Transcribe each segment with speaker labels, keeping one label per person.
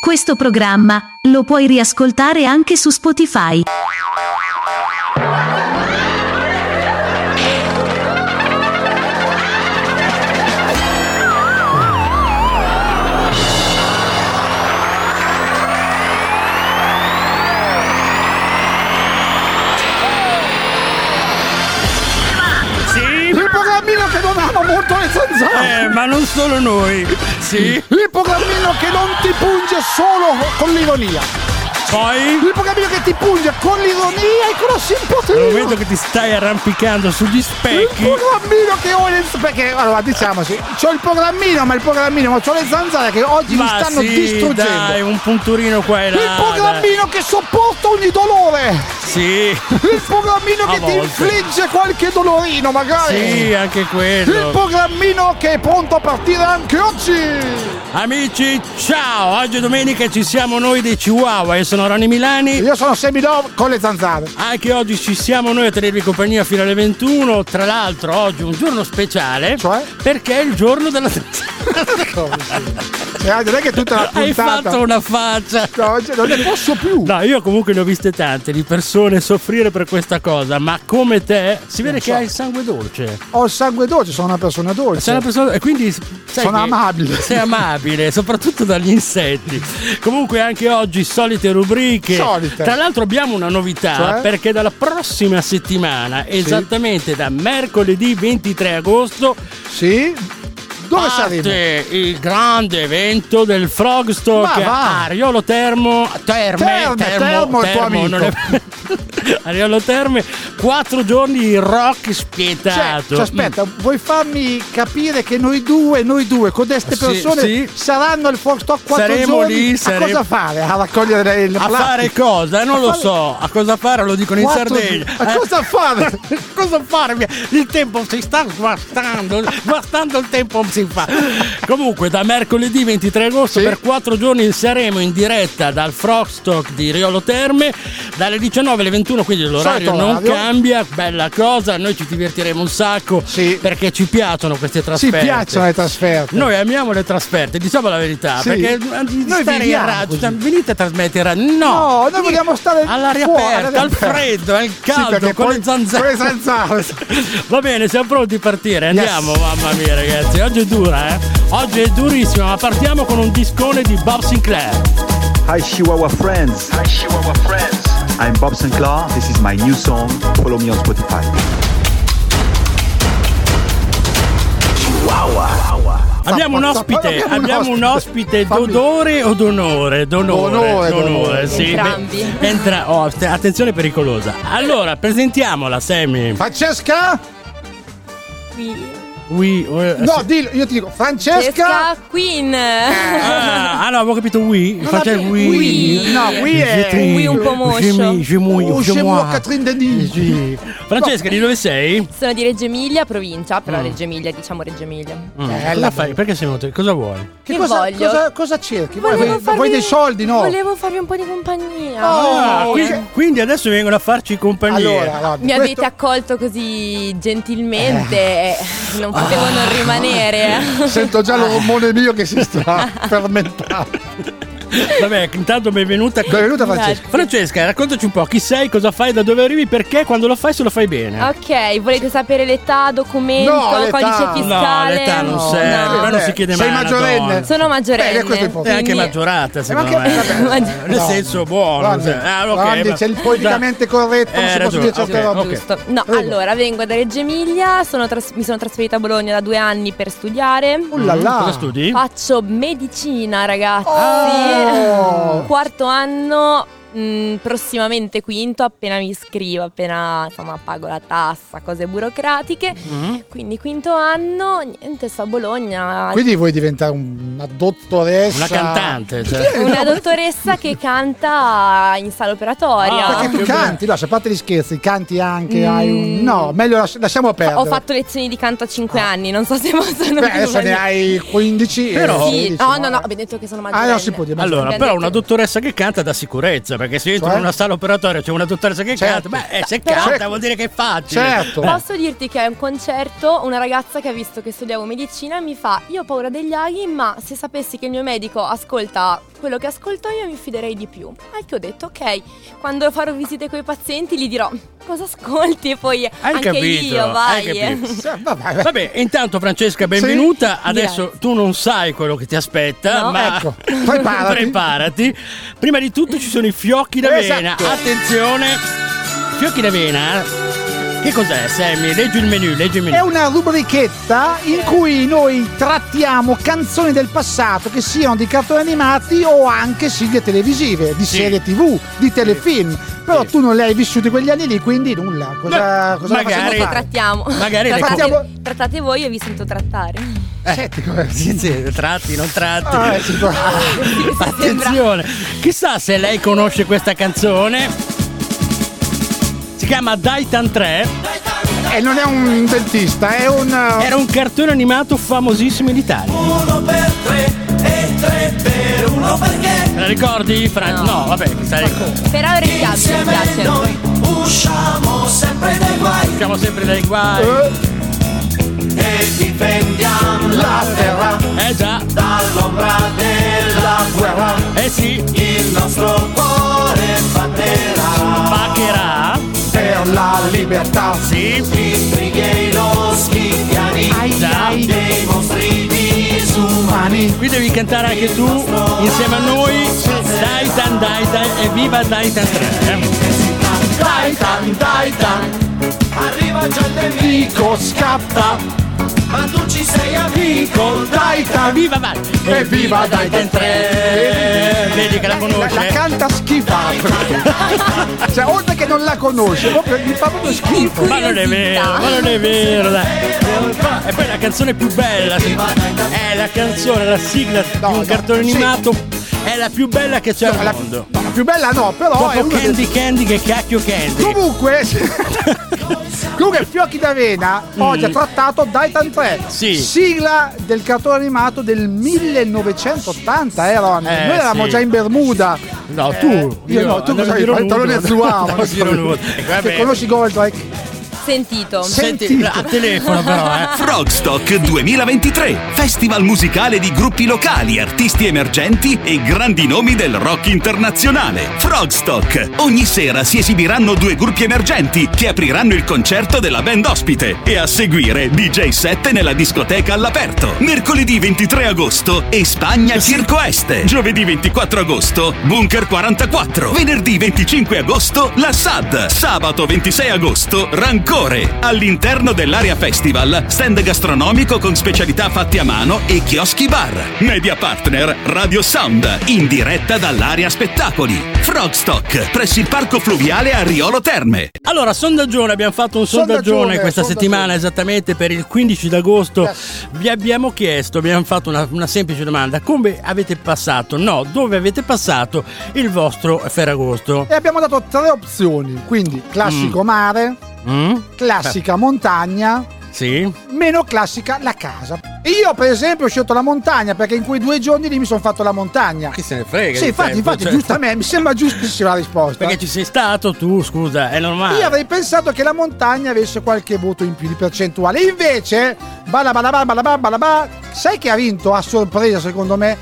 Speaker 1: Questo programma lo puoi riascoltare anche su Spotify.
Speaker 2: Sì?
Speaker 3: Il programmino che non ama molto le zanzare.
Speaker 2: Eh, ma non solo noi. Sì?
Speaker 3: Il programmino che non ti punge solo con l'ironia.
Speaker 2: Poi?
Speaker 3: Il programmino che ti punge con l'ironia e con la
Speaker 2: Nel
Speaker 3: simpatia.
Speaker 2: momento che ti stai arrampicando sugli
Speaker 3: Il
Speaker 2: specchi.
Speaker 3: programmino che ho le z- Perché allora diciamoci, c'ho il programmino, ma il programmino, ma c'ho le zanzare che oggi mi
Speaker 2: Ma
Speaker 3: stanno
Speaker 2: sì,
Speaker 3: distruggendo.
Speaker 2: dai, un punturino qua e là.
Speaker 3: il programmino che sopporta ogni dolore.
Speaker 2: dai. Sì,
Speaker 3: Il programmino
Speaker 2: A
Speaker 3: che ti
Speaker 2: volte.
Speaker 3: infligge qualche dolorino, magari.
Speaker 2: sì, anche
Speaker 3: Eh. Il
Speaker 2: quello.
Speaker 3: programmino che è pronto a partire anche oggi.
Speaker 2: Amici, ciao! Oggi è domenica ci siamo noi dei Chihuahua. Io sono Ronny Milani.
Speaker 3: Io sono Semidov con le zanzare.
Speaker 2: Anche oggi ci siamo noi a tenervi compagnia fino alle 21. Tra l'altro, oggi è un giorno speciale.
Speaker 3: Cioè?
Speaker 2: Perché è il giorno della.
Speaker 3: Eh, non è che tutta la
Speaker 2: Hai
Speaker 3: puntata.
Speaker 2: fatto una faccia.
Speaker 3: No, oggi non ne posso più.
Speaker 2: No, io comunque ne ho viste tante di persone soffrire per questa cosa, ma come te si vede
Speaker 3: Non
Speaker 2: che
Speaker 3: so.
Speaker 2: hai il sangue dolce.
Speaker 3: Ho il sangue dolce, sono una persona dolce.
Speaker 2: Sei una persona e quindi sai
Speaker 3: Sono
Speaker 2: che
Speaker 3: amabile.
Speaker 2: Sei amabile, soprattutto dagli insetti. Comunque anche oggi solite rubriche.
Speaker 3: Solite.
Speaker 2: Tra l'altro abbiamo una novità
Speaker 3: Cioè?
Speaker 2: perché dalla prossima settimana, esattamente da mercoledì 23 agosto,
Speaker 3: Sì?
Speaker 2: Ah,
Speaker 3: Dove saremo?
Speaker 2: parte il grande evento del Frogstock
Speaker 3: Ma va.
Speaker 2: a Ariolo Termo Terme,
Speaker 3: Terme, Termo è tuo amico.
Speaker 2: non Ariolo Terme quattro giorni di rock
Speaker 3: Cioè,
Speaker 2: spietato Mm.
Speaker 3: cioè, aspetta, vuoi farmi capire che noi due, noi due, con queste
Speaker 2: Sì,
Speaker 3: persone
Speaker 2: sì.
Speaker 3: saranno al Foxtrot 4
Speaker 2: Saremo
Speaker 3: giorni
Speaker 2: lì,
Speaker 3: a
Speaker 2: saremo-
Speaker 3: cosa fare? A raccogliere il
Speaker 2: Mm. a
Speaker 3: plastica?
Speaker 2: fare cosa? Non
Speaker 3: A
Speaker 2: lo
Speaker 3: fare-
Speaker 2: so, a cosa fare lo dicono in
Speaker 3: Quattro
Speaker 2: Sardegna.
Speaker 3: giorni. A
Speaker 2: Eh,
Speaker 3: cosa fare?
Speaker 2: cosa farmi? Il tempo si sta sguastando, guastando il tempo si fa. Comunque, da mercoledì 23 agosto
Speaker 3: Sì.
Speaker 2: per quattro giorni saremo in diretta dal Frogstock di Riolo Terme dalle 19 alle 21, quindi l'orario
Speaker 3: Solito
Speaker 2: non
Speaker 3: orario.
Speaker 2: cambia, bella cosa, noi ci divertiremo un sacco
Speaker 3: Sì.
Speaker 2: perché ci piacciono queste
Speaker 3: Ci
Speaker 2: trasferte.
Speaker 3: piacciono le trasferte.
Speaker 2: Noi amiamo le trasferte, diciamo la verità,
Speaker 3: Sì.
Speaker 2: perché
Speaker 3: Noi
Speaker 2: noi stare in
Speaker 3: viviamo
Speaker 2: radio,
Speaker 3: così.
Speaker 2: venite a trasmettere, a- no,
Speaker 3: No, noi vogliamo stare
Speaker 2: all'aria
Speaker 3: fuori,
Speaker 2: aperta,
Speaker 3: all'aria
Speaker 2: al
Speaker 3: aperta.
Speaker 2: freddo, al
Speaker 3: Sì,
Speaker 2: caldo,
Speaker 3: perché
Speaker 2: con
Speaker 3: poi-
Speaker 2: le zanzare.
Speaker 3: Con le zanzare.
Speaker 2: Va bene, siamo pronti a partire. Andiamo, mamma mia, ragazzi. Oggi è dura, eh. Oggi è durissima, ma partiamo con un discone di Bob Sinclair.
Speaker 4: Hi Chihuahua friends. Hi Chihuahua friends. I'm Bob Sinclair. This is my new song. Follow me on Spotify.
Speaker 2: Abbiamo un
Speaker 3: Zappa, zappa,
Speaker 2: ospite,
Speaker 3: abbiamo un
Speaker 2: abbiamo un ospite
Speaker 3: ospite. Fammi-
Speaker 2: d'odore o d'onore? D'onore,
Speaker 3: D'onore,
Speaker 2: d'onore,
Speaker 3: d'onore.
Speaker 2: sì.
Speaker 5: Entrambi.
Speaker 2: Beh, Entra, oh, att- attenzione pericolosa. Allora, presentiamola, Sammy.
Speaker 3: Francesca?
Speaker 2: We, eh,
Speaker 3: No,
Speaker 2: sì.
Speaker 3: dillo, io ti dico Francesca.
Speaker 5: Francesca Queen.
Speaker 3: Eh.
Speaker 2: Ah, ah, no, avevo capito we. Faccia il
Speaker 5: abbi-
Speaker 2: we.
Speaker 5: we.
Speaker 3: No, we è-
Speaker 2: Je-
Speaker 5: We un po' moscio.
Speaker 2: je- je- je-
Speaker 3: Oh,
Speaker 2: je-
Speaker 3: c'è
Speaker 2: moi.
Speaker 3: Muo Catherine Denis.
Speaker 2: Sì. Francesca, di dove sei?
Speaker 5: Sono di Reggio Emilia, provincia, però
Speaker 2: Mm.
Speaker 5: Reggio Emilia, diciamo Reggio Emilia.
Speaker 3: Bella.
Speaker 2: Cosa Eh, fai? Perché sei venuto? Cosa vuoi?
Speaker 3: Mm. Che
Speaker 5: Che
Speaker 3: cosa,
Speaker 5: voglio?
Speaker 3: cosa, cosa cerchi? Vuoi,
Speaker 5: Volevo
Speaker 3: vuoi-
Speaker 5: farvi-
Speaker 3: vuoi dei soldi, no?
Speaker 5: Volevo farvi un po' di compagnia.
Speaker 3: Oh,
Speaker 2: Ah,
Speaker 3: ok.
Speaker 2: quindi, quindi adesso vengono a farci compagnia.
Speaker 3: Allora, guarda,
Speaker 5: Mi avete
Speaker 3: questo-
Speaker 5: accolto così gentilmente, eh, non potevo non rimanere.
Speaker 3: Sento già lo rumore mio che si sta fermentando.
Speaker 2: Vabbè, intanto benvenuta.
Speaker 3: Benvenuta Francesca.
Speaker 2: Francesca, raccontaci un po' chi sei, cosa fai, da dove arrivi, perché quando lo fai se lo fai bene.
Speaker 5: Ok, volete sapere l'età, documento,
Speaker 3: Eh. No, l'età.
Speaker 5: codice
Speaker 2: No,
Speaker 5: fiscale?
Speaker 2: l'età non
Speaker 3: No,
Speaker 2: serve,
Speaker 3: no.
Speaker 2: ma non si chiede
Speaker 3: Sei
Speaker 2: mai. a una
Speaker 3: maggiorenne?
Speaker 2: donna.
Speaker 5: Sono
Speaker 3: Bene,
Speaker 5: maggiorenne.
Speaker 3: questo è importante.
Speaker 2: È anche
Speaker 5: quindi-
Speaker 2: maggiorata,
Speaker 3: Eh,
Speaker 2: secondo
Speaker 3: ma che-
Speaker 2: me.
Speaker 3: vabbè.
Speaker 5: Maggior-
Speaker 2: Nel
Speaker 3: No.
Speaker 2: senso buono.
Speaker 3: Guarda,
Speaker 2: cioè, ah, ok,
Speaker 3: guarda,
Speaker 2: ma-
Speaker 3: c'è il politicamente corretto, non
Speaker 2: Eh,
Speaker 3: si possono
Speaker 2: ragione,
Speaker 3: dire certe
Speaker 2: ok,
Speaker 3: robe.
Speaker 2: ok.
Speaker 5: Giusto. No,
Speaker 3: Ah, Prego.
Speaker 5: allora vengo da Reggio Emilia, sono tras- mi sono trasferita a Bologna da due anni per studiare.
Speaker 3: Oh là là.
Speaker 2: Cosa studi?
Speaker 5: Faccio medicina, ragazzi.
Speaker 3: Oh!
Speaker 5: Quarto anno, mh, prossimamente quinto, appena mi iscrivo, appena insomma pago la tassa, cose burocratiche.
Speaker 3: Mm-hmm.
Speaker 2: Mm.
Speaker 5: Quindi quinto anno, niente, sto a Bologna.
Speaker 3: Quindi vuoi diventare una dottoressa?
Speaker 2: Una cantante. Cioè.
Speaker 5: una dottoressa che canta in sala operatoria.
Speaker 2: Ah,
Speaker 3: Perché tu
Speaker 2: che
Speaker 3: canti, no, se a parte gli scherzi, canti anche,
Speaker 5: Mm.
Speaker 3: hai un... No, meglio lasci- lasciamo perdere.
Speaker 5: Ho fatto lezioni di canto a 5 anni, non so se posso
Speaker 3: Ah. Beh, adesso ne hai 15
Speaker 2: Però-
Speaker 3: eh,
Speaker 5: Sì,
Speaker 3: 16,
Speaker 5: no, no, no, ho detto che sono
Speaker 3: Ah,
Speaker 5: maggiorenne.
Speaker 3: no, si può dire. ma-
Speaker 2: Allora,
Speaker 5: Abbiamo
Speaker 2: però
Speaker 5: detto-
Speaker 2: una dottoressa che canta dà sicurezza, perché se dentro
Speaker 3: Cioè?
Speaker 2: in una sala operatoria c'è una dottoressa che
Speaker 3: Certo.
Speaker 2: canta, beh, eh, se
Speaker 5: Però-
Speaker 2: canta
Speaker 3: Certo.
Speaker 2: vuol dire che è facile.
Speaker 3: Certo.
Speaker 2: Eh,
Speaker 5: Posso dirti che a un concerto una ragazza che ha visto che studiavo medicina mi fa Io ho paura degli aghi ma se sapessi che il mio medico ascolta quello che ascolto io mi fiderei di più. Al che ho detto, ok, quando farò visite con i pazienti gli dirò cosa ascolti e poi anche
Speaker 6: capito,
Speaker 5: io,
Speaker 6: hai
Speaker 5: vai.
Speaker 6: capito.
Speaker 3: Sì, vabbè,
Speaker 2: Vabbè, intanto Francesca, benvenuta. Adesso
Speaker 5: Grazie.
Speaker 2: tu non sai quello che ti aspetta,
Speaker 5: No.
Speaker 2: ma
Speaker 3: Ecco, preparati.
Speaker 2: Preparati. Prima di tutto ci sono i fiocchi d'avena.
Speaker 3: Esatto.
Speaker 2: Attenzione. Fiocchi d'avena. Che cos'è, Sammy? Leggi il menu, leggi il
Speaker 3: È
Speaker 2: menu.
Speaker 3: una rubrichetta in cui noi trattiamo canzoni del passato che siano di cartoni animati o anche sigle televisive, di
Speaker 2: Sì.
Speaker 3: serie tv, di telefilm. Però
Speaker 2: Sì.
Speaker 3: tu non le hai vissute quegli anni lì, quindi nulla. Cosa,
Speaker 2: No,
Speaker 3: cosa la facciamo
Speaker 2: magari-
Speaker 5: Che
Speaker 3: fare?
Speaker 5: trattiamo.
Speaker 2: Magari le
Speaker 5: trattate,
Speaker 3: com-
Speaker 5: trattate voi e vi sento trattare.
Speaker 3: Senti come-
Speaker 2: Eh. Sì, sì, tratti, non tratti.
Speaker 3: eh. Ah, è sicuro.
Speaker 2: Attenzione. Chissà se lei conosce questa canzone. Si chiama Daitan 3.
Speaker 3: E eh, non è un dentista, è un. eh,
Speaker 2: Era un cartone animato famosissimo in Italia. Uno per tre e tre per uno perché. Te la ricordi, Fran? No, vabbè, sai.
Speaker 5: Però ora mi piace, mi piace.
Speaker 2: Siamo sempre dai guai.
Speaker 3: Eh.
Speaker 2: Eh già. Dall'ombra della guerra. Eh sì. Il nostro cuore batterà. Batterà.
Speaker 3: per la libertà.
Speaker 2: Sì.
Speaker 3: Ai,
Speaker 2: Già.
Speaker 3: dei mostri disumani.
Speaker 2: Qui devi cantare anche tu insieme a noi. Daitan, Daitan e viva Daitan 3. eh.
Speaker 3: Titan, Titan, arriva già il nemico, scappa. Ma tu ci sei amico, Titan.
Speaker 2: Viva vai!
Speaker 3: E viva Daitan 3.
Speaker 2: Vedi che la conosce.
Speaker 3: La canta schifata. cioè, oltre che non la conosce, proprio, mi fa proprio schifo.
Speaker 2: Ma non è vero, ma non è vero, dai. E poi la canzone più bella è la canzone, la sigla di
Speaker 3: No,
Speaker 2: un
Speaker 3: no,
Speaker 2: cartone
Speaker 3: sì.
Speaker 2: animato è la più bella che c'è
Speaker 3: No,
Speaker 2: al
Speaker 3: la,
Speaker 2: mondo.
Speaker 3: no, la più bella no, però è
Speaker 2: Dopo
Speaker 3: una delle-
Speaker 2: Candy Candy che cacchio Candy.
Speaker 3: Comunque, comunque Fiocchi d'Avena oggi ha trattato Titan 3,
Speaker 2: Mm. Sì.
Speaker 3: sigla del cartone animato del 1980, eh Ron?
Speaker 2: Eh,
Speaker 3: Noi eravamo
Speaker 2: sì.
Speaker 3: già in Bermuda.
Speaker 2: No,
Speaker 3: Eh,
Speaker 2: tu,
Speaker 3: io no, tu
Speaker 2: andavo
Speaker 3: cosa
Speaker 2: in giro
Speaker 3: hai? Pantalone
Speaker 2: nudo.
Speaker 3: zuavo.
Speaker 2: Andavo in giro nudo.
Speaker 3: Che
Speaker 2: Vabbè.
Speaker 3: conosci Goldrake?
Speaker 5: Sentito.
Speaker 2: Senti,
Speaker 3: Sentito.
Speaker 2: al telefono però, eh.
Speaker 7: Frogstock 2023, festival musicale di gruppi locali, artisti emergenti e grandi nomi del rock internazionale. Frogstock. Ogni sera si esibiranno due gruppi emergenti che apriranno il concerto della band ospite e a seguire DJ 7 nella discoteca all'aperto. Mercoledì 23 agosto e Spagna Circo Este. Giovedì 24 agosto Bunker 44. Venerdì 25 agosto La SAD. Sabato 26 agosto Rancore. All'interno dell'area festival stand gastronomico con specialità fatti a mano e chioschi bar. Media partner Radio Sound in diretta dall'area spettacoli. Frogstock presso il parco fluviale Ariolo Terme.
Speaker 2: Allora, sondaggione, abbiamo fatto un sondaggione,
Speaker 3: Sondaggione,
Speaker 2: questa
Speaker 3: sondaggione.
Speaker 2: settimana esattamente per il 15 d'agosto.
Speaker 3: Yes.
Speaker 2: Vi abbiamo chiesto, abbiamo fatto una, una semplice domanda, come avete passato, no, dove avete passato il vostro Ferragosto?
Speaker 3: E abbiamo dato tre opzioni, quindi classico mare,
Speaker 2: Mm?
Speaker 3: classica montagna,
Speaker 2: Sì?
Speaker 3: meno classica la casa. Io per esempio ho scelto la montagna perché in quei due giorni lì mi sono fatto la montagna.
Speaker 2: Chi se ne frega?
Speaker 3: Sì,
Speaker 2: di
Speaker 3: infatti,
Speaker 2: tempo,
Speaker 3: infatti,
Speaker 2: cioè,
Speaker 3: giustamente, mi sembra giustissima la risposta.
Speaker 2: Perché ci sei stato tu, scusa, è normale.
Speaker 3: Io avrei pensato che la montagna avesse qualche voto in più di percentuale. Invece, bala bala bala bala bala bala bala, sai che ha vinto a sorpresa, secondo me,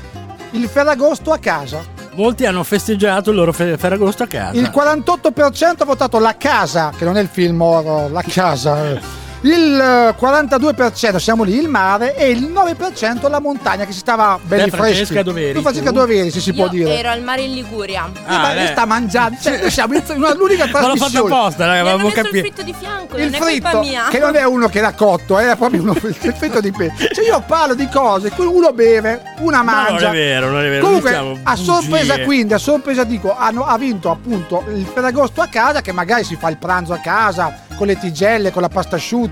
Speaker 3: il Ferragosto a casa.
Speaker 2: Molti hanno festeggiato il loro fe- Ferragosto a casa.
Speaker 3: Il 48% ha votato La Casa, che non è il film horror, La Casa. eh. Il eh, 42% siamo lì, il mare, e il 9% la montagna, che si stava belli
Speaker 2: Francesca,
Speaker 3: freschi.
Speaker 2: dove eri
Speaker 3: Tu Francesca
Speaker 2: tu?
Speaker 3: doveri, se si può
Speaker 5: Io
Speaker 3: dire.
Speaker 5: ero al mare in Liguria.
Speaker 3: Eh, ma lei
Speaker 2: eh.
Speaker 3: sta mangiando, cioè, noi siamo in una
Speaker 2: Ma
Speaker 3: l'unica
Speaker 2: l'ho fatto
Speaker 3: trasmissione.
Speaker 2: apposta, raga,
Speaker 5: Mi hanno
Speaker 2: avevo
Speaker 5: messo il
Speaker 2: capito.
Speaker 5: fritto di fianco,
Speaker 3: il
Speaker 5: non è colpa
Speaker 3: fritto
Speaker 5: mia.
Speaker 3: che non è uno che l'ha cotto eh, è proprio uno il fritto di pesce cioè io parlo di cose qui uno beve una
Speaker 2: Ma
Speaker 3: mangia
Speaker 2: non è vero, non è vero.
Speaker 3: comunque
Speaker 2: diciamo
Speaker 3: a sorpresa
Speaker 2: bugie.
Speaker 3: quindi a sorpresa dico hanno, ha vinto appunto il ferragosto a casa che magari si fa il pranzo a casa con le tigelle con la pasta asciutta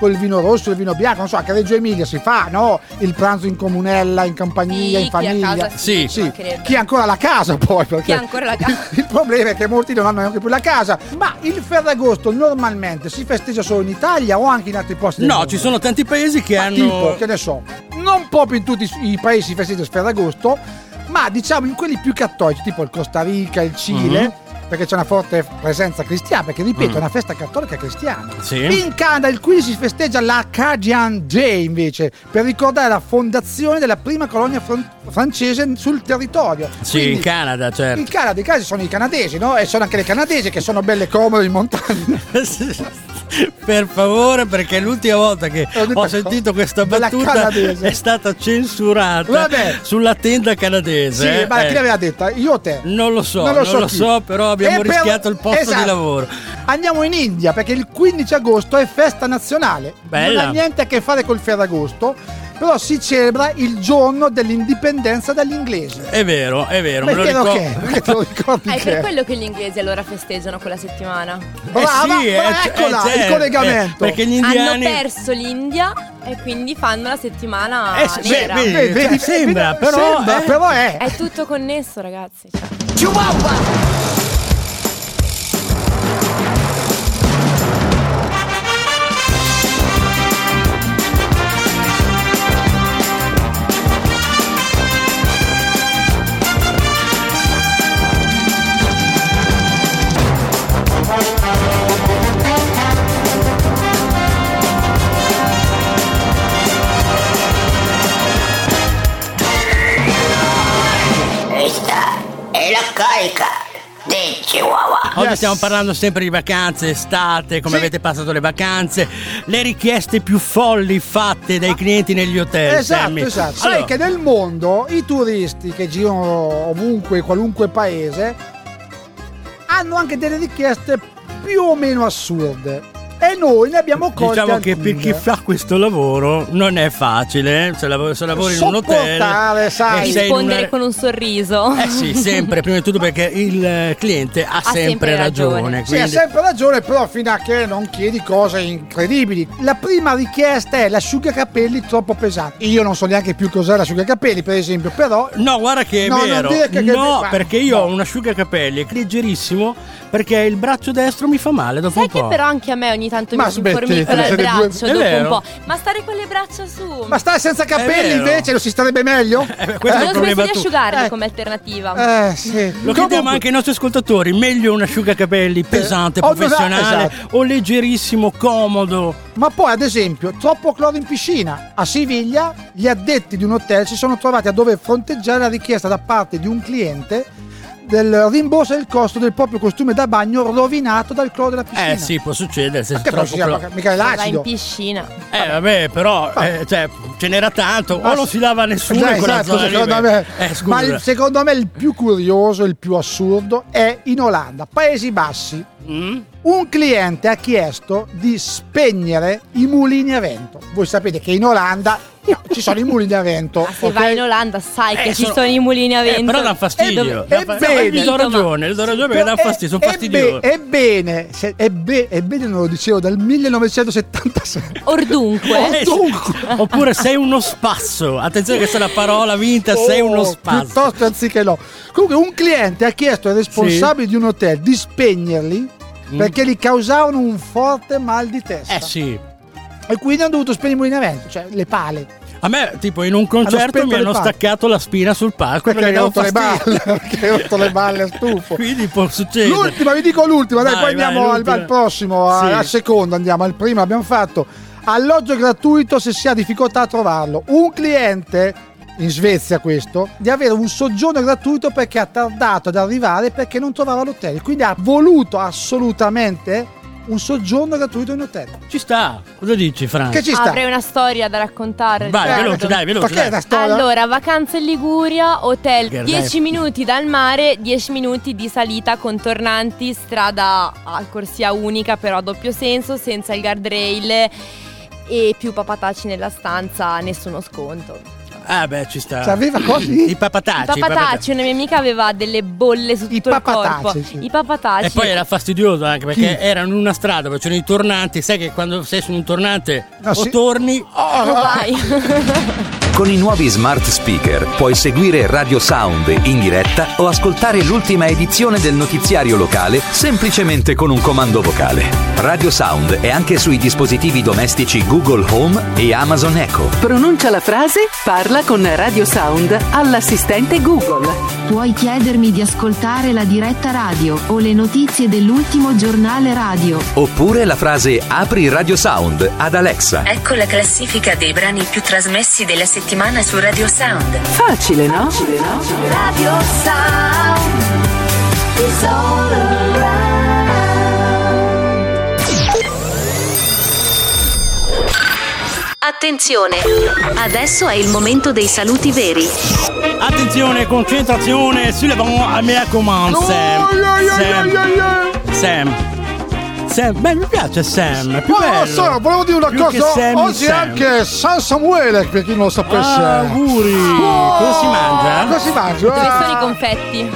Speaker 3: col vino rosso il vino bianco non so anche a Reggio Emilia si fa no il pranzo in comunella in compagnia in
Speaker 5: Sì, chi a
Speaker 3: famiglia
Speaker 2: Sì.
Speaker 5: casa sì,
Speaker 3: sì,
Speaker 5: ci mancherebbe.
Speaker 3: chi ha ancora la casa poi perché
Speaker 5: Chi ha ancora la casa.
Speaker 3: il problema è che molti non hanno neanche più la casa ma il Ferragosto normalmente si festeggia solo in Italia o anche in altri posti del
Speaker 2: No,
Speaker 3: mondo?
Speaker 2: ci sono tanti paesi che
Speaker 3: Ma
Speaker 2: hanno.
Speaker 3: tipo che ne so non proprio in tutti i paesi si festeggia il Ferragosto ma diciamo in quelli più cattolici tipo il Costa Rica il Cile perché c'è una forte presenza cristiana, perché ripeto,
Speaker 2: Mhm. Mm.
Speaker 3: è una festa cattolica cristiana.
Speaker 2: Sì.
Speaker 3: In Canada il 15 si festeggia l'Arcadian Day invece per ricordare la fondazione della prima colonia fran- francese sul territorio.
Speaker 2: Sì, in
Speaker 3: Quindi,
Speaker 2: Canada, certo.
Speaker 3: in Canada i casi sono i canadesi, no? E sono anche le canadesi che sono belle comode in montagna.
Speaker 2: per favore, perché l'ultima volta che
Speaker 3: Ho detto
Speaker 2: ho
Speaker 3: co-
Speaker 2: sentito questa
Speaker 3: della
Speaker 2: battuta
Speaker 3: canadese.
Speaker 2: è stata censurata
Speaker 3: Vabbè.
Speaker 2: sulla tenda canadese.
Speaker 3: Sì,
Speaker 2: eh.
Speaker 3: ma
Speaker 2: Eh,
Speaker 3: chi l'aveva detta? Io o te?
Speaker 2: Non lo so,
Speaker 3: Non
Speaker 2: non
Speaker 3: lo
Speaker 2: lo
Speaker 3: so
Speaker 2: so,
Speaker 3: chi.
Speaker 2: però abbiamo
Speaker 3: E per-
Speaker 2: rischiato il posto
Speaker 3: Esatto.
Speaker 2: di lavoro.
Speaker 3: Andiamo in India perché il 15 agosto è festa nazionale.
Speaker 2: Bella.
Speaker 3: Non ha niente a che fare col Ferragosto, però si celebra il giorno dell'indipendenza dall'inglese.
Speaker 2: È vero, è vero, me lo
Speaker 3: Perché no
Speaker 2: ricordo.
Speaker 3: che? Perché te lo ricordi
Speaker 5: Ah, è per
Speaker 3: che?
Speaker 5: quello che gli inglesi allora festeggiano quella settimana.
Speaker 3: Brava,
Speaker 2: eh,
Speaker 3: brava,
Speaker 2: c-
Speaker 3: eccola,
Speaker 2: eh,
Speaker 3: il
Speaker 2: certo, eh,
Speaker 3: collegamento.
Speaker 2: perché gli
Speaker 5: Hanno
Speaker 2: indiani
Speaker 5: perso l'India e quindi fanno la settimana
Speaker 2: Eh, sì,
Speaker 5: Ah, nera.
Speaker 2: vedi,
Speaker 3: Vedi,
Speaker 2: cioè,
Speaker 3: vedi,
Speaker 2: sembra,
Speaker 3: vedi,
Speaker 2: però,
Speaker 3: sembra,
Speaker 2: eh.
Speaker 3: però è.
Speaker 5: È tutto connesso, ragazzi. cioè.
Speaker 6: Questa è la carica del Chihuahua.
Speaker 2: Oggi
Speaker 3: Yes.
Speaker 2: stiamo parlando sempre di vacanze, estate, come
Speaker 3: Sì.
Speaker 2: avete passato le vacanze, le richieste più folli fatte dai clienti negli hotel.
Speaker 3: Esatto,
Speaker 2: Sammy.
Speaker 3: esatto.
Speaker 2: Allora,
Speaker 3: Sai che nel mondo i turisti che girano ovunque, qualunque paese, hanno anche delle richieste più o meno assurde. E noi ne abbiamo colte
Speaker 2: Diciamo che per
Speaker 3: alcune.
Speaker 2: chi fa questo lavoro non è facile, eh. se lav- se lavori in un hotel
Speaker 3: Sopportare, sai.
Speaker 2: e sei in
Speaker 5: rispondere
Speaker 2: una-
Speaker 5: con un sorriso.
Speaker 2: Eh sì, sempre, prima di tutto perché il eh, cliente ha, sempre,
Speaker 5: sempre
Speaker 2: ragione.
Speaker 5: ragione.
Speaker 3: Sì, ha
Speaker 2: quindi-
Speaker 3: sempre ragione, però fino a che non chiedi cose incredibili. La prima richiesta è l'asciugacapelli troppo pesante. Io non so neanche più cos'è l'asciugacapelli, per esempio, però
Speaker 2: No, guarda che è
Speaker 3: No, non
Speaker 2: vero.
Speaker 3: dire che- che-
Speaker 2: no,
Speaker 3: ma-
Speaker 2: perché io
Speaker 3: no.
Speaker 2: ho un asciugacapelli leggerissimo perché il braccio destro mi fa male dopo
Speaker 5: Sai
Speaker 2: un po'.
Speaker 5: che però anche a me ogni tanto
Speaker 3: Ma
Speaker 5: mi si informicola
Speaker 3: smettetela,
Speaker 5: il
Speaker 3: siete due-
Speaker 5: braccio
Speaker 2: è
Speaker 5: dopo un
Speaker 2: vero.
Speaker 5: po'. Ma stare con le braccia su.
Speaker 3: Ma stare senza capelli
Speaker 2: vero.
Speaker 3: invece lo si starebbe meglio?
Speaker 2: Eh, beh, questo è
Speaker 5: non
Speaker 2: il
Speaker 5: ho smesso
Speaker 2: problema
Speaker 5: di
Speaker 2: tuo.
Speaker 5: asciugarli
Speaker 3: Eh.
Speaker 5: come alternativa.
Speaker 3: Eh, sì.
Speaker 2: Lo chiediamo anche ai nostri ascoltatori, meglio un asciugacapelli pesante,
Speaker 3: oh,
Speaker 2: professionale
Speaker 3: esatto.
Speaker 2: o leggerissimo, comodo.
Speaker 3: Ma poi, ad esempio, troppo cloro in piscina. A Siviglia gli addetti di un hotel si sono trovati a dover fronteggiare la richiesta da parte di un cliente del rimborso del costo del proprio costume da bagno rovinato dal cloro della piscina.
Speaker 2: Eh sì, può succedere se
Speaker 3: Ma che
Speaker 2: sei
Speaker 3: poi
Speaker 2: troppo
Speaker 3: si chiama-
Speaker 2: clo-
Speaker 3: mica è
Speaker 5: Vai in
Speaker 3: l'acido.
Speaker 5: piscina.
Speaker 2: Eh vabbè, però eh, cioè, ce n'era tanto,
Speaker 3: Ma-
Speaker 2: o non si lava nessuno
Speaker 3: Ah. Già,
Speaker 2: in quella
Speaker 3: esatto,
Speaker 2: zona lì,
Speaker 3: secondo
Speaker 2: beh.
Speaker 3: me.
Speaker 2: Eh, scusa.
Speaker 3: Ma il- secondo me il più curioso, il più assurdo è in Olanda, Paesi Bassi.
Speaker 2: Mm?
Speaker 3: Un cliente ha chiesto di spegnere i mulini a vento. Voi sapete che in Olanda no, ci sono i mulini a vento.
Speaker 2: Ah,
Speaker 5: Ma Ah, se
Speaker 3: ok?
Speaker 5: vai in Olanda sai che
Speaker 2: Eh,
Speaker 5: ci sono i mulini a
Speaker 2: eh,
Speaker 5: vento.
Speaker 2: però dà fastidio.
Speaker 5: eh,
Speaker 3: E-
Speaker 2: dà
Speaker 3: e
Speaker 2: fa-
Speaker 3: Eh, bene. eh,
Speaker 2: gli do ragione, gli do ragione perché dà fastidio, sono
Speaker 3: E-
Speaker 2: fastidioso.
Speaker 3: ebbe- Ebbene, se- ebbe- ebbene non lo dicevo dal 1977.
Speaker 2: Oh,
Speaker 5: Ordunque.
Speaker 2: Eh, sì. Oppure sei uno spasso. Attenzione che questa è la parola vinta, sei
Speaker 3: Oh,
Speaker 2: uno spasso.
Speaker 3: Piuttosto anziché no. Comunque, un cliente ha chiesto ai responsabili di un hotel di spegnerli perché gli causavano un forte mal di testa.
Speaker 2: Mm. Eh sì.
Speaker 3: E quindi hanno dovuto spegnere i mulini a vento, cioè le pale.
Speaker 2: A me, tipo, in un
Speaker 3: Hanno
Speaker 2: concerto
Speaker 3: spento
Speaker 2: mi
Speaker 3: le
Speaker 2: hanno
Speaker 3: palle.
Speaker 2: staccato la spina sul palco
Speaker 3: Perché
Speaker 2: perché,
Speaker 3: hai
Speaker 2: davo
Speaker 3: rotto le
Speaker 2: fastidio.
Speaker 3: balle. Perché hai rotto le balle a stufo.
Speaker 2: Quindi può succedere.
Speaker 3: L'ultima, vi dico l'ultima, dai,
Speaker 2: Vai,
Speaker 3: poi
Speaker 2: vai,
Speaker 3: andiamo al,
Speaker 2: l'ultima.
Speaker 3: al prossimo, a-
Speaker 2: Sì.
Speaker 3: al secondo andiamo, al primo abbiamo fatto. Alloggio gratuito se si ha difficoltà a trovarlo. Un cliente, in Svezia questo, di avere un soggiorno gratuito perché ha tardato ad arrivare perché non trovava l'hotel. Quindi ha voluto assolutamente un soggiorno gratuito in hotel.
Speaker 2: Ci sta. Cosa dici, Fran?
Speaker 3: Che ci sta?
Speaker 5: Avrei una storia da raccontare.
Speaker 2: Vai,
Speaker 5: Riccardo.
Speaker 2: veloce, dai, Ah. veloce.
Speaker 3: Perché è
Speaker 2: dai.
Speaker 3: una storia?
Speaker 5: Allora, vacanze in Liguria, hotel
Speaker 2: Guarda,
Speaker 5: 10
Speaker 2: dai.
Speaker 5: minuti dal mare, 10 minuti di salita con tornanti, strada a corsia unica però a doppio senso, senza il guardrail e più papatacci nella stanza, nessuno sconto.
Speaker 2: Ah, beh, ci sta.
Speaker 3: Sapeva Cioè, così?
Speaker 2: I papatacci.
Speaker 5: I papatacci, una mia amica aveva delle bolle su
Speaker 3: I
Speaker 5: tutto il
Speaker 3: papatacci,
Speaker 5: corpo.
Speaker 3: sì.
Speaker 5: I papatacci.
Speaker 2: E poi era fastidioso anche perché
Speaker 3: Chi?
Speaker 2: erano in una strada, poi c'erano i tornanti. Sai che quando sei su un tornante
Speaker 3: No,
Speaker 2: o
Speaker 3: sì.
Speaker 2: torni
Speaker 5: Oh, vai.
Speaker 8: Con i nuovi smart speaker puoi seguire Radio Sound in diretta o ascoltare l'ultima edizione del notiziario locale semplicemente con un comando vocale. Radio Sound è anche sui dispositivi domestici Google Home e Amazon Echo.
Speaker 9: Pronuncia la frase, parla con Radio Sound all'assistente Google.
Speaker 10: Puoi chiedermi di ascoltare la diretta radio o le notizie dell'ultimo giornale radio.
Speaker 8: Oppure la frase Apri Radio Sound ad Alexa.
Speaker 11: Ecco la classifica dei brani più trasmessi della settimana su Radio Sound.
Speaker 9: Facile, no?
Speaker 11: Radio Sound is all
Speaker 1: Attenzione, adesso è il momento dei saluti veri.
Speaker 2: Attenzione, concentrazione, sulle bon, mi raccomando, Sam. Sam. Sam. Sam, beh, mi piace Sam, è più bello.
Speaker 3: Buonasera, Oh, volevo dire una
Speaker 2: Più che
Speaker 3: cosa.
Speaker 2: Sam,
Speaker 3: Oggi è
Speaker 2: Sam.
Speaker 3: anche San Samuele, per chi non lo sapesse.
Speaker 2: Ah, auguri. Cosa si mangia?
Speaker 3: Oh.
Speaker 2: Eh,
Speaker 3: Cosa si mangia?
Speaker 5: Dove sono i
Speaker 3: Ah,
Speaker 5: confetti?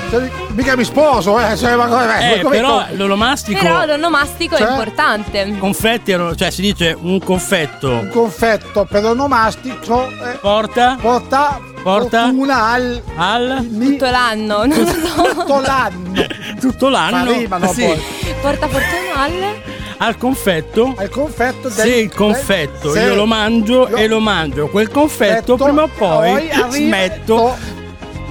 Speaker 3: mica mi sposo, eh. cioè, ma come-
Speaker 2: Eh,
Speaker 3: come-
Speaker 2: però l'olomastico,
Speaker 5: Però l'onomastico
Speaker 3: Cioè?
Speaker 5: è importante.
Speaker 2: confetti, erano- cioè si dice un
Speaker 3: Un
Speaker 2: confetto
Speaker 3: confetto peronomastico eh,
Speaker 2: porta
Speaker 3: porta,
Speaker 2: Porta?
Speaker 3: una al
Speaker 2: al
Speaker 3: mi-
Speaker 5: Tutto l'anno, non lo so.
Speaker 3: tutto l'anno.
Speaker 2: tutto l'anno
Speaker 3: Ma rima, no,
Speaker 2: sì,
Speaker 3: poi.
Speaker 5: Porta fortuna al.
Speaker 2: al confetto.
Speaker 3: Al confetto del,
Speaker 2: Se il confetto
Speaker 3: se-
Speaker 2: io lo mangio
Speaker 3: Lo-
Speaker 2: e lo mangio, quel confetto
Speaker 3: Confetto,
Speaker 2: prima o poi,
Speaker 3: arriva-
Speaker 2: smetto,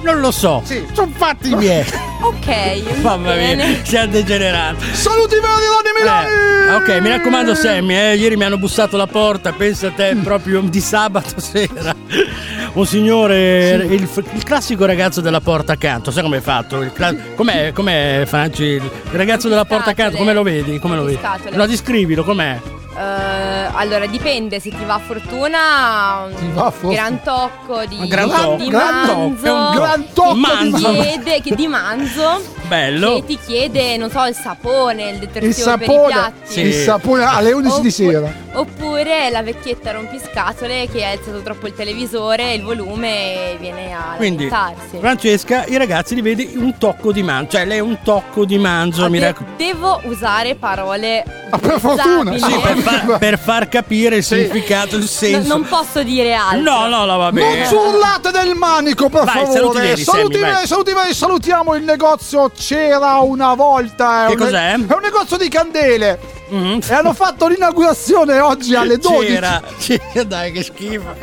Speaker 2: non lo so.
Speaker 3: Sì.
Speaker 2: Sono fatti miei.
Speaker 5: Ok. va
Speaker 2: Mamma mia,
Speaker 5: bene.
Speaker 2: siamo degenerati.
Speaker 3: Saluti veri Ronny
Speaker 2: Eh,
Speaker 3: Milani!
Speaker 2: ok, mi raccomando Sammy, eh, ieri mi hanno bussato la porta, pensa te,
Speaker 3: Mm.
Speaker 2: proprio di sabato sera. Un signore, il, il classico ragazzo della porta accanto, sai com'è fatto? Il cla- com'è, com'è Franci? Il ragazzo della porta accanto, come lo vedi? Come lo
Speaker 5: Di
Speaker 2: vedi?
Speaker 5: scatole.
Speaker 2: No, descrivilo, com'è?
Speaker 5: Eh, allora dipende se ti va a fortuna.
Speaker 3: Ti
Speaker 5: Un
Speaker 3: va a fortuna.
Speaker 5: gran tocco di,
Speaker 2: Un gran
Speaker 5: di
Speaker 2: tocco.
Speaker 3: Gran tocco, è un
Speaker 5: manzo.
Speaker 3: gran tocco di
Speaker 2: Manzo.
Speaker 3: manzo.
Speaker 5: Chiede, Oh. che di manzo.
Speaker 2: Bello.
Speaker 5: Che ti chiede, non so, il sapone, il
Speaker 3: Il
Speaker 5: detersivo per i
Speaker 3: sapone,
Speaker 5: piatti.
Speaker 2: Sì.
Speaker 3: il sapone alle 11 di
Speaker 5: Oppu-
Speaker 3: sera.
Speaker 5: Oppure la vecchietta rompiscatole che ha alzato troppo il televisore, il volume e viene a
Speaker 2: Quindi,
Speaker 5: lamentarsi.
Speaker 2: Francesca, i ragazzi li vedi un tocco di manzo, cioè lei è un tocco di manzo,
Speaker 5: Ah,
Speaker 2: mi
Speaker 5: de-
Speaker 2: raccomando.
Speaker 5: devo usare parole
Speaker 3: Ah, per fortuna.
Speaker 5: utilizzabili.
Speaker 2: Sì, per, fa- per far capire il
Speaker 3: Sì.
Speaker 2: significato, il
Speaker 5: No,
Speaker 2: senso.
Speaker 5: non posso dire altro.
Speaker 2: no, no, no, va bene.
Speaker 3: Non ciurlate del manico, per
Speaker 2: Vai,
Speaker 3: favore.
Speaker 2: saluti veri,
Speaker 3: saluti,
Speaker 2: Sammy, vai.
Speaker 3: veri, saluti veri, salutiamo il negozio C'era una volta. È
Speaker 2: Che
Speaker 3: un-
Speaker 2: cos'è?
Speaker 3: È un negozio di candele.
Speaker 2: Mm.
Speaker 3: E hanno fatto l'inaugurazione oggi alle 12.
Speaker 2: C'era, Eh, c'era, dai, che schifo.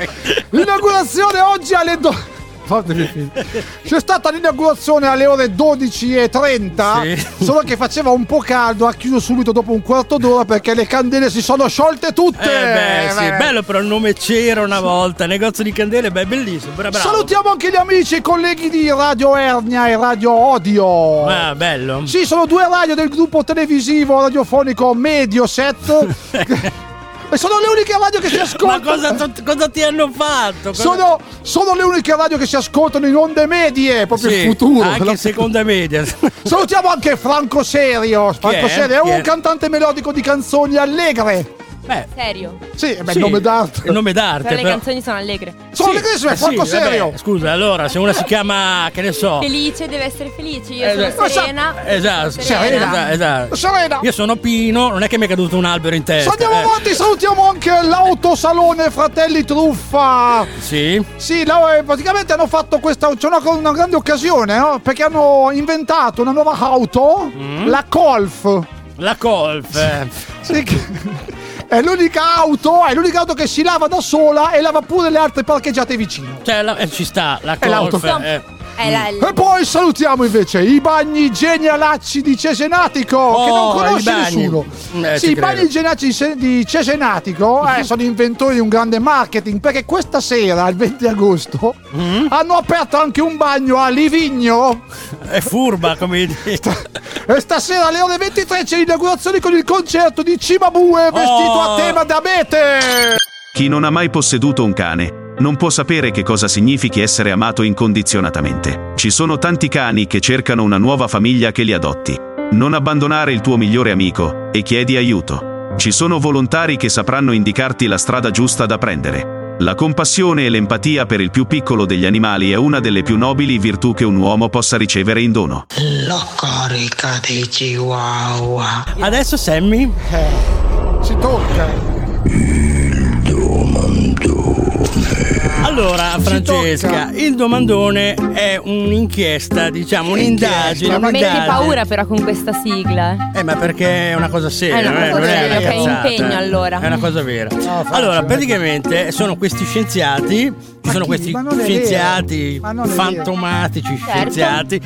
Speaker 3: L'inaugurazione oggi alle 12. Fatemi finire. C'è stata l'inaugurazione alle ore 12.30.
Speaker 2: Sì.
Speaker 3: Solo che faceva un po' caldo, ha chiuso subito dopo un quarto d'ora perché le candele si sono sciolte tutte.
Speaker 2: Eh, beh, sì,
Speaker 3: Eh.
Speaker 2: bello però il nome c'era una volta, negozio di candele, beh, bellissimo, bra- bravo.
Speaker 3: Salutiamo anche gli amici e colleghi di Radio Ernia e Radio Odio.
Speaker 2: Ah, bello.
Speaker 3: Sì, sono due radio del gruppo televisivo radiofonico Medioset. e sono le uniche radio che si
Speaker 2: Ma
Speaker 3: ascoltano.
Speaker 2: cosa, t- cosa ti hanno fatto? Cosa-
Speaker 3: sono, sono le uniche radio che si ascoltano in onde medie, proprio
Speaker 2: Sì,
Speaker 3: il futuro.
Speaker 2: Anche in seconda media.
Speaker 3: Salutiamo anche Franco Serio. Franco
Speaker 2: è?
Speaker 3: Serio è
Speaker 2: Chi
Speaker 3: un
Speaker 2: è?
Speaker 3: cantante melodico di canzoni allegre.
Speaker 2: Beh,
Speaker 5: Serio.
Speaker 3: Sì, è
Speaker 2: sì,
Speaker 3: bel nome d'arte.
Speaker 2: il nome
Speaker 5: Però
Speaker 2: d'arte,
Speaker 5: le
Speaker 2: però.
Speaker 5: canzoni sono allegre.
Speaker 3: Sono
Speaker 2: Sì,
Speaker 3: allegrissime,
Speaker 2: eh sì,
Speaker 3: Franco
Speaker 2: vabbè,
Speaker 3: Serio.
Speaker 2: Scusa, allora, se una si chiama, che ne so.
Speaker 5: Felice deve essere felice, io
Speaker 2: Eh,
Speaker 5: sono
Speaker 2: beh.
Speaker 5: serena.
Speaker 2: Esatto,
Speaker 5: Serena.
Speaker 2: esatto, esatto.
Speaker 3: Serena.
Speaker 2: Io sono Pino, non è che mi è caduto un albero in testa.
Speaker 3: Andiamo
Speaker 2: eh.
Speaker 3: avanti, salutiamo anche l'autosalone Fratelli Truffa.
Speaker 2: Sì.
Speaker 3: Sì, la- eh, praticamente hanno fatto questa. C'è una, una grande occasione, no? Perché hanno inventato una nuova auto,
Speaker 2: Mm.
Speaker 3: la Golf.
Speaker 2: La Colf. eh.
Speaker 3: Sì, che- è l'unica auto, è l'unica auto che si lava da sola e lava pure le altre parcheggiate vicino.
Speaker 2: Cioè, la- eh, ci sta, la
Speaker 3: l'auto.
Speaker 2: Colf. eh.
Speaker 5: È la,
Speaker 3: E poi salutiamo invece i bagni genialacci di Cesenatico, che non
Speaker 2: Oh, i
Speaker 3: conosce
Speaker 2: bagni.
Speaker 3: nessuno.
Speaker 2: Eh,
Speaker 3: sì,
Speaker 2: ci credo.
Speaker 3: i
Speaker 2: Mhm.
Speaker 3: bagni genialacci di Se- di Cesenatico eh, sono inventori di un grande marketing perché questa sera, il 20 agosto,
Speaker 2: Mhm.
Speaker 3: hanno aperto anche un bagno a Livigno.
Speaker 2: È furba, come dire.
Speaker 3: E stasera alle ore 23 c'è l'inaugurazione con il concerto di Cimabue vestito
Speaker 2: Oh.
Speaker 3: a tema d'abete.
Speaker 12: Chi non ha mai posseduto un cane non può sapere che cosa significhi essere amato incondizionatamente. Ci sono tanti cani che cercano una nuova famiglia che li adotti. Non abbandonare il tuo migliore amico e chiedi aiuto. Ci sono volontari che sapranno indicarti la strada giusta da prendere. La compassione e l'empatia per il più piccolo degli animali è una delle più nobili virtù che un uomo possa ricevere in dono.
Speaker 13: La carica di Chihuahua.
Speaker 2: Adesso Sammy.
Speaker 3: Si tocca.
Speaker 2: Allora, Francesca, il domandone è un'inchiesta, diciamo, un'indagine.
Speaker 5: Mi metti
Speaker 2: un'indagine.
Speaker 5: paura però con questa sigla.
Speaker 2: Eh, ma perché è una cosa seria, eh,
Speaker 5: È una
Speaker 2: non
Speaker 5: cosa
Speaker 2: non
Speaker 5: seria,
Speaker 2: una
Speaker 5: ok,
Speaker 2: cazzata,
Speaker 5: impegno,
Speaker 2: eh.
Speaker 5: allora.
Speaker 2: È una cosa vera. allora, praticamente sono questi scienziati, sono questi
Speaker 3: Ma non è
Speaker 2: scienziati
Speaker 3: vero. Ma non è
Speaker 2: fantomatici
Speaker 5: Certo.
Speaker 3: vero.
Speaker 2: scienziati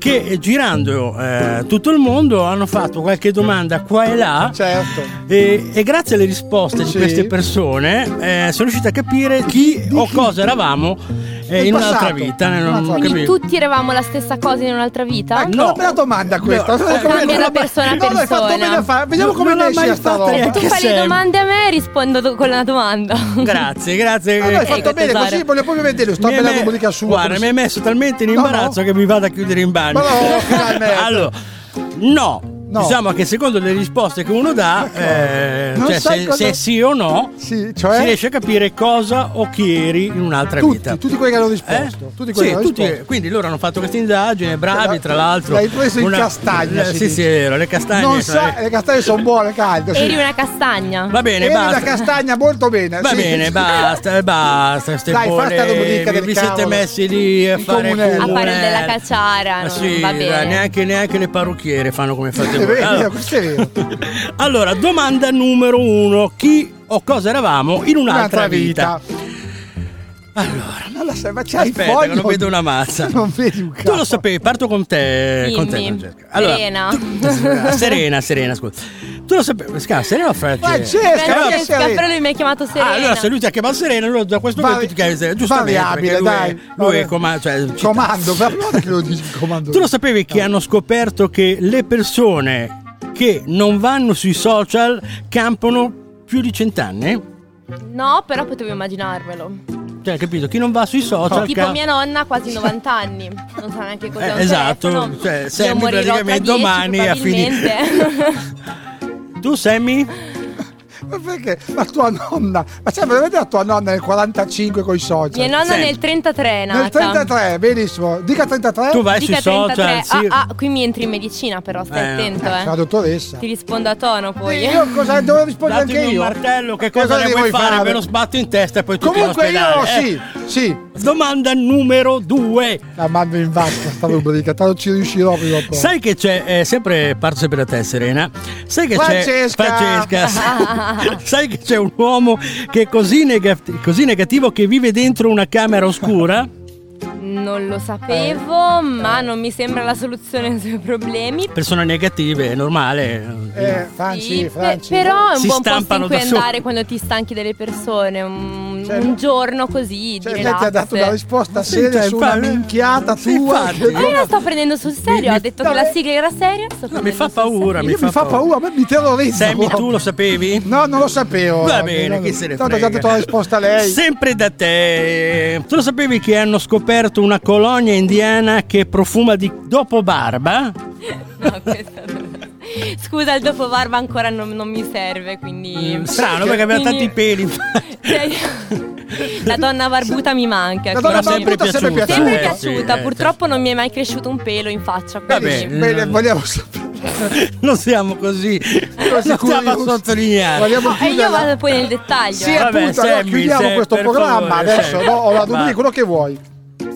Speaker 2: che eh, girando eh, tutto il mondo hanno fatto qualche domanda qua e là e, e grazie alle risposte di
Speaker 3: Certo. Sì.
Speaker 2: queste persone eh, sono riusciti a capire chi o cosa eravamo eh,
Speaker 5: Nel
Speaker 2: in un'altra
Speaker 5: passato.
Speaker 2: vita. eh, non ho
Speaker 5: Quindi
Speaker 2: capito.
Speaker 5: tutti eravamo la stessa cosa in un'altra vita?
Speaker 2: No. una bella
Speaker 3: domanda
Speaker 2: questa. No, eh,
Speaker 5: Cambia da
Speaker 3: come-
Speaker 5: persona a
Speaker 3: no, l'hai fatto bene a
Speaker 5: persona.
Speaker 3: fare. Vediamo come ne esce sta roba.
Speaker 5: E tu fai le domande a me e rispondo do- con la domanda.
Speaker 2: Grazie, grazie.
Speaker 3: Ah, no, hai
Speaker 5: Ecco,
Speaker 3: fatto bene
Speaker 5: tesoro.
Speaker 3: così, voglio proprio vedere. Sto
Speaker 2: Mi hai
Speaker 3: bella
Speaker 2: me-
Speaker 3: rubrica sua.
Speaker 2: Guarda, mi hai messo talmente in imbarazzo che mi vado a chiudere in bagno.
Speaker 3: Ma no, finalmente.
Speaker 2: allora, no. Diciamo che secondo le risposte che uno dà, eh,
Speaker 3: Ecco. Non
Speaker 2: cioè
Speaker 3: so
Speaker 2: se,
Speaker 3: cosa- cioè?
Speaker 2: se è sì o no, si riesce a capire cosa o chi eri in un'altra
Speaker 3: Tutti,
Speaker 2: vita.
Speaker 3: tutti quelli che hanno risposto,
Speaker 2: Eh?
Speaker 3: tutti quelli
Speaker 2: Sì,
Speaker 3: che hanno risposto.
Speaker 2: Quindi loro hanno fatto questa indagine, bravi
Speaker 3: L'hai-
Speaker 2: tra l'altro.
Speaker 3: l'hai preso in castagna,
Speaker 2: castagna.
Speaker 3: si
Speaker 2: Sì, sì,
Speaker 3: dice.
Speaker 2: le castagne.
Speaker 3: Non
Speaker 2: sono-
Speaker 3: sa, le castagne sono buone, calde.
Speaker 5: Eri
Speaker 3: Sì.
Speaker 5: una castagna.
Speaker 2: Va bene,
Speaker 3: Eri
Speaker 2: basta.
Speaker 3: una castagna molto bene.
Speaker 2: Va
Speaker 3: sì.
Speaker 2: bene, basta, eh, basta. Ste
Speaker 3: Dai, fa sta rubrica
Speaker 2: polemiche,
Speaker 3: del
Speaker 2: vi siete
Speaker 3: cavolo.
Speaker 2: messi lì a
Speaker 3: Il
Speaker 2: fare
Speaker 3: comunello.
Speaker 5: A fare
Speaker 2: comunello.
Speaker 5: della cacciara.
Speaker 2: Ma
Speaker 5: no,
Speaker 2: sì,
Speaker 5: va
Speaker 2: dai,
Speaker 5: bene.
Speaker 2: neanche, neanche le parrucchiere fanno come fate
Speaker 3: È
Speaker 2: voi.
Speaker 3: vero,
Speaker 2: Allora,
Speaker 3: questo è vero.
Speaker 2: allora, domanda numero uno: chi o cosa eravamo in un'altra,
Speaker 3: Un'altra
Speaker 2: vita?
Speaker 3: vita. Non la sai, ma c'hai il
Speaker 2: Aspetta, che
Speaker 3: foglio.
Speaker 2: non vedo una mazza.
Speaker 3: Non vedi un
Speaker 2: Tu lo sapevi, parto con te, con te,
Speaker 5: Dimmi.
Speaker 2: Francesca. Allora,
Speaker 5: Serena.
Speaker 2: tu- serena, serena, scusa. Tu lo sapevi, si chiama Serena o Francesca? Eh,
Speaker 5: Francesca, però lui mi ha chiamato Serena.
Speaker 2: Ah, allora se lui ti ha chiamato Serena, allora da questo
Speaker 3: Vari-
Speaker 2: momento ti chiami Serena. Giustamente,
Speaker 3: variabile,
Speaker 2: perché lui,
Speaker 3: dai.
Speaker 2: Lui è
Speaker 3: Vabbè.
Speaker 2: comando, cioè, ci-
Speaker 3: Comando, per la prima volta che lo dici comando.
Speaker 2: Tu lo sapevi che hanno scoperto che le persone che non vanno sui social campano più di cent'anni?
Speaker 5: No, però potevo immaginarmelo.
Speaker 2: Cioè, capito? Chi non va sui social
Speaker 5: Cioè, tipo
Speaker 2: ca-
Speaker 5: mia nonna ha quasi 90 anni. Non sa neanche cos'è
Speaker 2: Eh,
Speaker 5: un
Speaker 2: esatto,
Speaker 5: telefono.
Speaker 2: cioè,
Speaker 5: Io
Speaker 2: Sammy
Speaker 5: morirò tra
Speaker 2: praticamente
Speaker 5: 10
Speaker 2: domani a finire.
Speaker 5: probabilmente.
Speaker 2: Tu Sammy?
Speaker 3: Ma perché? Ma tua nonna, ma c'è veramente la tua nonna nel 45 con i social?
Speaker 5: Mia nonna nel 33 è nata.
Speaker 3: Nel 33, benissimo. Dica 33.
Speaker 5: Dica 33. Ah, ah, qui mi entri in medicina però, stai attento, eh.
Speaker 3: La dottoressa.
Speaker 5: Ti rispondo a tono poi.
Speaker 3: Io cosa devo rispondere
Speaker 2: Datemi
Speaker 3: anche
Speaker 2: un
Speaker 3: io?
Speaker 2: martello, che cosa, ne vuoi fare? Me lo sbatto in testa e poi tu
Speaker 3: Comunque
Speaker 2: ti
Speaker 3: io
Speaker 2: ospedale, eh.
Speaker 3: sì, sì.
Speaker 2: Domanda numero 2.
Speaker 3: La mando in vasca sta rubrica, tanto ci riuscirò prima o poi.
Speaker 2: Sai che c'è, eh, sempre, parto sempre da te Serena, sai che
Speaker 3: Francesca!
Speaker 2: c'è, Francesca, sai- sai che c'è un uomo che è così, negati- così negativo che vive dentro una camera oscura?
Speaker 5: Non lo sapevo, ma non mi sembra la soluzione ai suoi problemi.
Speaker 2: Persone negative, è normale.
Speaker 3: Eh, Franci,
Speaker 5: Sì,
Speaker 3: Franci.
Speaker 5: pe- però è un
Speaker 2: Si
Speaker 5: buon posto in
Speaker 2: stampano
Speaker 5: cui
Speaker 2: da soli. Certo.
Speaker 5: andare quando ti stanchi delle persone. Un, un giorno così di
Speaker 3: Cioè, lei ti ha dato
Speaker 5: relax.
Speaker 3: una risposta
Speaker 2: Sì,
Speaker 3: seria
Speaker 2: cioè,
Speaker 3: su una
Speaker 2: infatti-
Speaker 3: minchiata
Speaker 2: sì,
Speaker 3: tua.
Speaker 2: infatti.
Speaker 3: che-
Speaker 5: Ma Ah, io la sto prendendo sul serio,
Speaker 2: Mi-
Speaker 5: ho detto
Speaker 3: mi-
Speaker 5: che la sigla era seria. sto
Speaker 2: mi
Speaker 5: prendendo
Speaker 2: fa
Speaker 5: sul serio.
Speaker 2: paura, mi
Speaker 3: Io
Speaker 2: fa,
Speaker 3: mi fa paura, a me mi terrorizza.
Speaker 2: Sammy,
Speaker 3: guarda.
Speaker 2: tu lo sapevi?
Speaker 3: No, non lo sapevo.
Speaker 2: Va
Speaker 3: No,
Speaker 2: bene,
Speaker 3: no,
Speaker 2: chi se ne
Speaker 3: tanto
Speaker 2: frega.
Speaker 3: ho già detto la risposta a lei.
Speaker 2: Sempre da te. Tu lo sapevi che hanno scoperto una colonia indiana che profuma di dopo barba?
Speaker 5: No, questa- Scusa, il dopo barba ancora non, non mi serve, quindi...
Speaker 2: Eh, Strano perché aveva tanti
Speaker 5: Quindi-
Speaker 2: peli.
Speaker 5: Cioè, La donna barbuta mi manca.
Speaker 3: La donna
Speaker 5: quindi-
Speaker 3: barbuta è sempre piaciuta.
Speaker 5: Sempre
Speaker 2: eh,
Speaker 5: piaciuta,
Speaker 2: sì, eh,
Speaker 5: purtroppo non mi è mai cresciuto un pelo in faccia.
Speaker 2: Va
Speaker 5: quindi-
Speaker 2: bene.
Speaker 3: certo. Mm. Bene, vogliamo sapere.
Speaker 2: Non siamo così. Non stiamo a
Speaker 3: curiosi.
Speaker 2: sottolineare.
Speaker 3: Vogliamo
Speaker 5: E io
Speaker 3: chiudere.
Speaker 5: vado poi nel dettaglio.
Speaker 3: Sì,
Speaker 5: eh.
Speaker 2: Vabbè,
Speaker 3: appunto, allora
Speaker 2: Sammy,
Speaker 3: chiudiamo
Speaker 2: Sammy,
Speaker 3: questo
Speaker 2: per
Speaker 3: programma
Speaker 2: favore,
Speaker 3: adesso,
Speaker 2: Sammy.
Speaker 3: no? Ho la
Speaker 2: Va.
Speaker 3: domenica, quello che vuoi.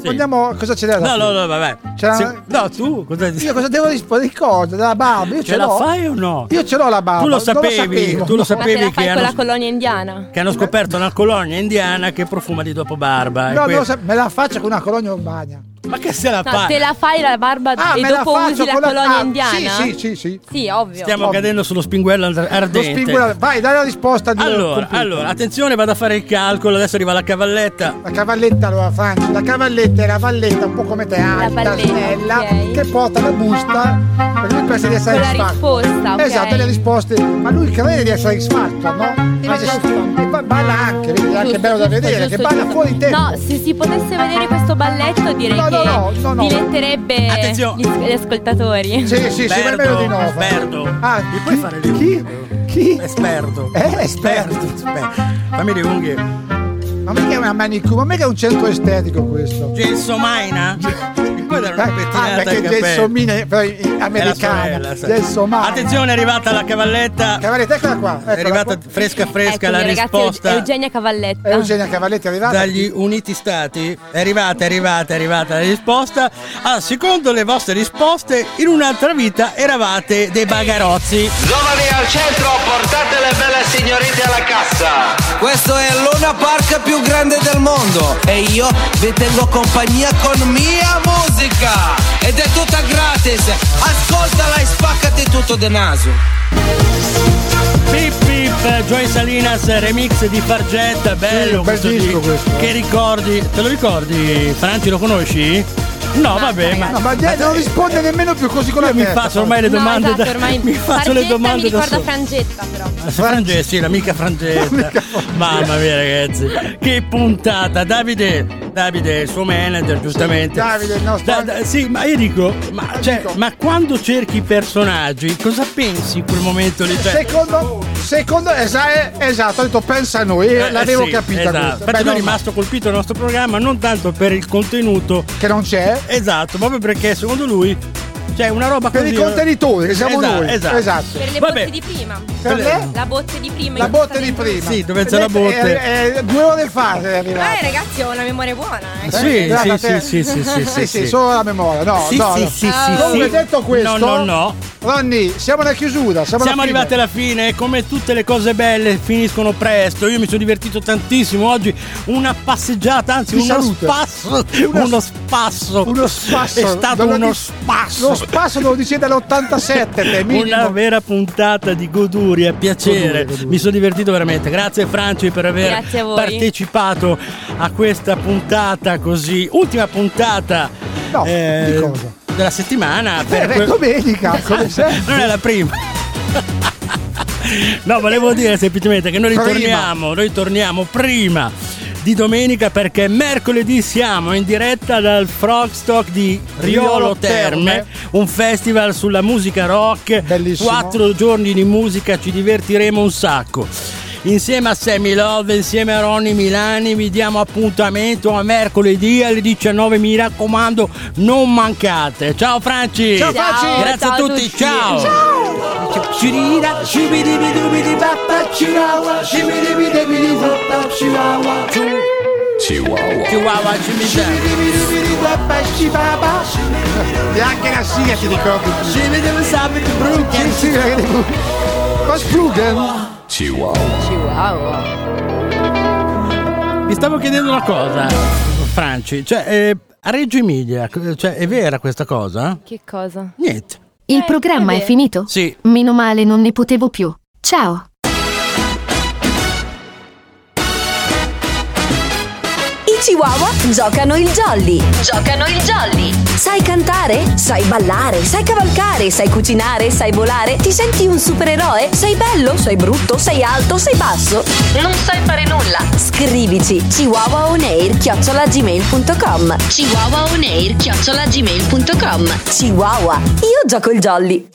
Speaker 3: Andiamo, cosa c'è da
Speaker 2: No, no, no, vabbè.
Speaker 3: C'è la-
Speaker 2: Se- No, tu cosa dici?
Speaker 3: Io cosa devo rispondere? Di Cosa? Della barba? Io ce,
Speaker 2: Ce la
Speaker 3: l'ho.
Speaker 2: fai o no?
Speaker 3: Io ce l'ho la barba.
Speaker 2: Tu lo
Speaker 3: non
Speaker 2: sapevi,
Speaker 3: sapevo.
Speaker 2: tu lo
Speaker 5: Ma te
Speaker 2: sapevi
Speaker 5: la
Speaker 2: che
Speaker 5: fai con
Speaker 2: hanno,
Speaker 5: la colonia indiana?
Speaker 2: che hanno scoperto una colonia indiana che profuma di dopo barba. e
Speaker 3: No,
Speaker 2: que-
Speaker 3: non lo sa- me la faccio con una colonia urbana.
Speaker 2: Ma che se la
Speaker 5: No,
Speaker 2: fai?
Speaker 5: te la fai la barba
Speaker 3: Ah,
Speaker 5: e
Speaker 3: me la
Speaker 5: dopo
Speaker 3: faccio
Speaker 5: usi la
Speaker 3: con la-
Speaker 5: colonia
Speaker 3: ah,
Speaker 5: indiana?
Speaker 3: sì, sì, sì, sì.
Speaker 5: Sì, ovvio.
Speaker 2: Stiamo
Speaker 3: Ovvio.
Speaker 2: cadendo sullo spinguello ar-
Speaker 3: Lo
Speaker 2: ardente.
Speaker 3: spingo- Vai, dai la risposta. di-
Speaker 2: Allora,
Speaker 3: computer.
Speaker 2: allora, attenzione, vado a fare il calcolo, adesso arriva la cavalletta.
Speaker 3: La cavalletta allora Franci, la cavalletta è la valletta un po' come te alta,
Speaker 5: valletta,
Speaker 3: snella,
Speaker 5: ok.
Speaker 3: che porta la busta perché lui pensa di essere
Speaker 5: Con la
Speaker 3: X Factor.
Speaker 5: risposta, ok.
Speaker 3: Esatto, le risposte, ma lui crede di essere X Factor, no? Invece
Speaker 5: giusto.
Speaker 3: si- e poi balla anche, vedi, è anche
Speaker 5: Giusto,
Speaker 3: bello da
Speaker 5: giusto,
Speaker 3: vedere,
Speaker 5: giusto,
Speaker 3: che balla
Speaker 5: giusto.
Speaker 3: fuori tempo.
Speaker 5: No, se si potesse vedere questo balletto direi
Speaker 3: No, no,
Speaker 5: che
Speaker 3: no, no, no.
Speaker 5: diletterebbe
Speaker 2: Attenzione.
Speaker 5: gli, gli ascoltatori.
Speaker 3: Sì, sì, sì, ma è meglio di no. Franci.
Speaker 2: esperto.
Speaker 3: Ah,
Speaker 2: Mi puoi fare le
Speaker 3: chi? Chi?
Speaker 2: Esperto.
Speaker 3: Eh,
Speaker 2: esperto. esperto. Fammi le unghie.
Speaker 3: Ma mica è una manicure, ma mica è un centro estetico questo.
Speaker 2: Gesso Maina? puoi dare una pettinata
Speaker 3: Ah, perché
Speaker 2: al cappello?
Speaker 3: Gelsomina è- però è
Speaker 2: È
Speaker 3: americana.
Speaker 2: la sorella, sai.
Speaker 3: Gelsomana.
Speaker 2: Attenzione, è arrivata la cavalletta.
Speaker 3: Cavalletta, eccola qua.
Speaker 2: è arrivata fresca fresca
Speaker 5: Eccomi,
Speaker 2: la
Speaker 5: Ecco, ragazzi,
Speaker 2: risposta.
Speaker 5: Eugenia Cavalletta.
Speaker 3: Eh,
Speaker 2: Ah.
Speaker 3: Eugenia Cavalletti è arrivata.
Speaker 2: Dagli Uniti Stati è arrivata, è arrivata, è arrivata la risposta. Ah, secondo le vostre risposte, in un'altra vita eravate dei bagarozzi.
Speaker 14: Giovani al centro, portate le belle signorine alla cassa.
Speaker 15: Questo è il Luna Park più grande del mondo e io vi tengo compagnia con mia musica ed è tutta gratis. Ascoltala e spaccati tutto de naso.
Speaker 2: Pip Pip, Joy Salinas, remix di Fargetta, bello questo disco. Che ricordi? Te lo ricordi? Franci lo conosci? No, vabbè, ma,
Speaker 3: No, ma de- non risponde nemmeno più così con la
Speaker 2: Io mi
Speaker 3: testa,
Speaker 2: faccio ormai le
Speaker 3: poi.
Speaker 2: domande
Speaker 5: esatto,
Speaker 2: da-
Speaker 5: ormai
Speaker 2: mi faccio le
Speaker 5: Fargetta
Speaker 2: domande
Speaker 5: mi
Speaker 2: da
Speaker 5: ricorda
Speaker 2: solo.
Speaker 5: Frangetta però.
Speaker 2: Frangetta, sì, l'amica Frangetta. Mamma mia, ragazzi, che puntata! Davide, Davide, il suo manager, giustamente.
Speaker 3: Davide, il nostro-
Speaker 2: Da- da- sì, ma io dico, ma, cioè, ma quando cerchi i personaggi, cosa pensi in quel momento lì? Cioè,
Speaker 3: Secondo, secondo esa- eh, esatto, ho detto pensa a noi,
Speaker 2: eh,
Speaker 3: l'avevo
Speaker 2: sì,
Speaker 3: capita
Speaker 2: Esatto.
Speaker 3: questa. Beh,
Speaker 2: Infatti, sono
Speaker 3: no,
Speaker 2: rimasto colpito dal nostro programma non tanto per il contenuto
Speaker 3: che non c'è, eh.
Speaker 2: esatto, proprio perché secondo lui c'è una roba
Speaker 3: Per
Speaker 2: così,
Speaker 3: i contenitori, che siamo
Speaker 2: Esatto,
Speaker 3: noi.
Speaker 2: Esatto.
Speaker 3: Esatto.
Speaker 5: Per le
Speaker 2: Vabbè.
Speaker 5: botte di prima.
Speaker 3: Per le-
Speaker 5: La botte di prima.
Speaker 3: La
Speaker 5: io
Speaker 3: botte di
Speaker 5: dentro-
Speaker 3: prima.
Speaker 2: Sì, dove c'è la botte.
Speaker 3: Eh, eh, due ore fa è
Speaker 5: Eh
Speaker 3: arrivata.
Speaker 5: ragazzi ho una memoria buona. eh.
Speaker 2: sì,
Speaker 3: Guarda te.
Speaker 2: sì, sì, sì, sì, sì, sì.
Speaker 3: solo la memoria. No,
Speaker 2: Sì,
Speaker 3: no,
Speaker 2: sì,
Speaker 3: no.
Speaker 2: sì, sì,
Speaker 3: Comunque
Speaker 2: sì.
Speaker 3: detto questo,
Speaker 2: No, no, no.
Speaker 3: Ronny, siamo alla chiusura.
Speaker 2: Siamo
Speaker 3: Siamo, alla fine.
Speaker 2: arrivati alla fine, e come tutte le cose belle finiscono presto. Io mi sono divertito tantissimo oggi, una passeggiata, anzi
Speaker 3: Ti
Speaker 2: uno
Speaker 3: saluto.
Speaker 2: spasso,
Speaker 3: Una-
Speaker 2: uno spasso.
Speaker 3: Uno spasso.
Speaker 2: È stato
Speaker 3: Dove
Speaker 2: uno
Speaker 3: dici-
Speaker 2: spasso.
Speaker 3: Lo spasso devo dire dall'87, te minimo.
Speaker 2: Una vera puntata di goduria, piacere.
Speaker 3: Goduria, goduria.
Speaker 2: Mi sono divertito veramente. Grazie Franci per aver
Speaker 5: Grazie a voi.
Speaker 2: partecipato a questa puntata così. Ultima puntata eh, della settimana.
Speaker 3: Eh, beh,
Speaker 2: que-
Speaker 3: domenica, come sempre.
Speaker 2: non è la prima. No, volevo dire semplicemente che noi
Speaker 3: Prima.
Speaker 2: ritorniamo, noi torniamo prima di domenica perché mercoledì siamo in diretta dal Frogstock di Riolo
Speaker 3: Riolo Terme.
Speaker 2: Terme, un festival sulla musica rock. Quattro giorni di musica, ci divertiremo un sacco. Insieme a Sammy Love, insieme a Ronny Milani, vi diamo appuntamento a mercoledì alle 19. Mi raccomando, non mancate. Ciao Franci!
Speaker 3: Ciao, Franci.
Speaker 2: Grazie
Speaker 3: Ciao
Speaker 2: a
Speaker 3: a
Speaker 2: tutti,
Speaker 3: tutti.
Speaker 2: ciao!
Speaker 3: Cirira, shibidibidubidibappa, chihuahua, shibidibidibidibappa, chihuahua.
Speaker 2: Chihuahua. Chihuahua,
Speaker 3: Shibidibidibidibappa, chihuahua. E anche la sigla ti ricordi. Shibidibidibidibappa, chihuahua. Cospluggen.
Speaker 2: Chihuahua.
Speaker 5: Chihuahua.
Speaker 2: Mi stavo chiedendo una cosa, Franci, cioè eh, a Reggio Emilia, eh, cioè è vera questa cosa?
Speaker 5: Che cosa?
Speaker 2: Niente.
Speaker 10: Il programma è finito?
Speaker 2: Sì.
Speaker 10: Meno male, non ne potevo più. Ciao.
Speaker 16: I Chihuahua giocano il jolly. Giocano il jolly. Sai cantare? Sai ballare? Sai cavalcare? Sai cucinare? Sai volare? Ti senti un supereroe? Sei bello? Sei brutto? Sei alto? Sei basso? Non sai fare nulla. Scrivici chihuahuaonair chihuahuaonair chiocciolagmail.com Chihuahua, io gioco il jolly.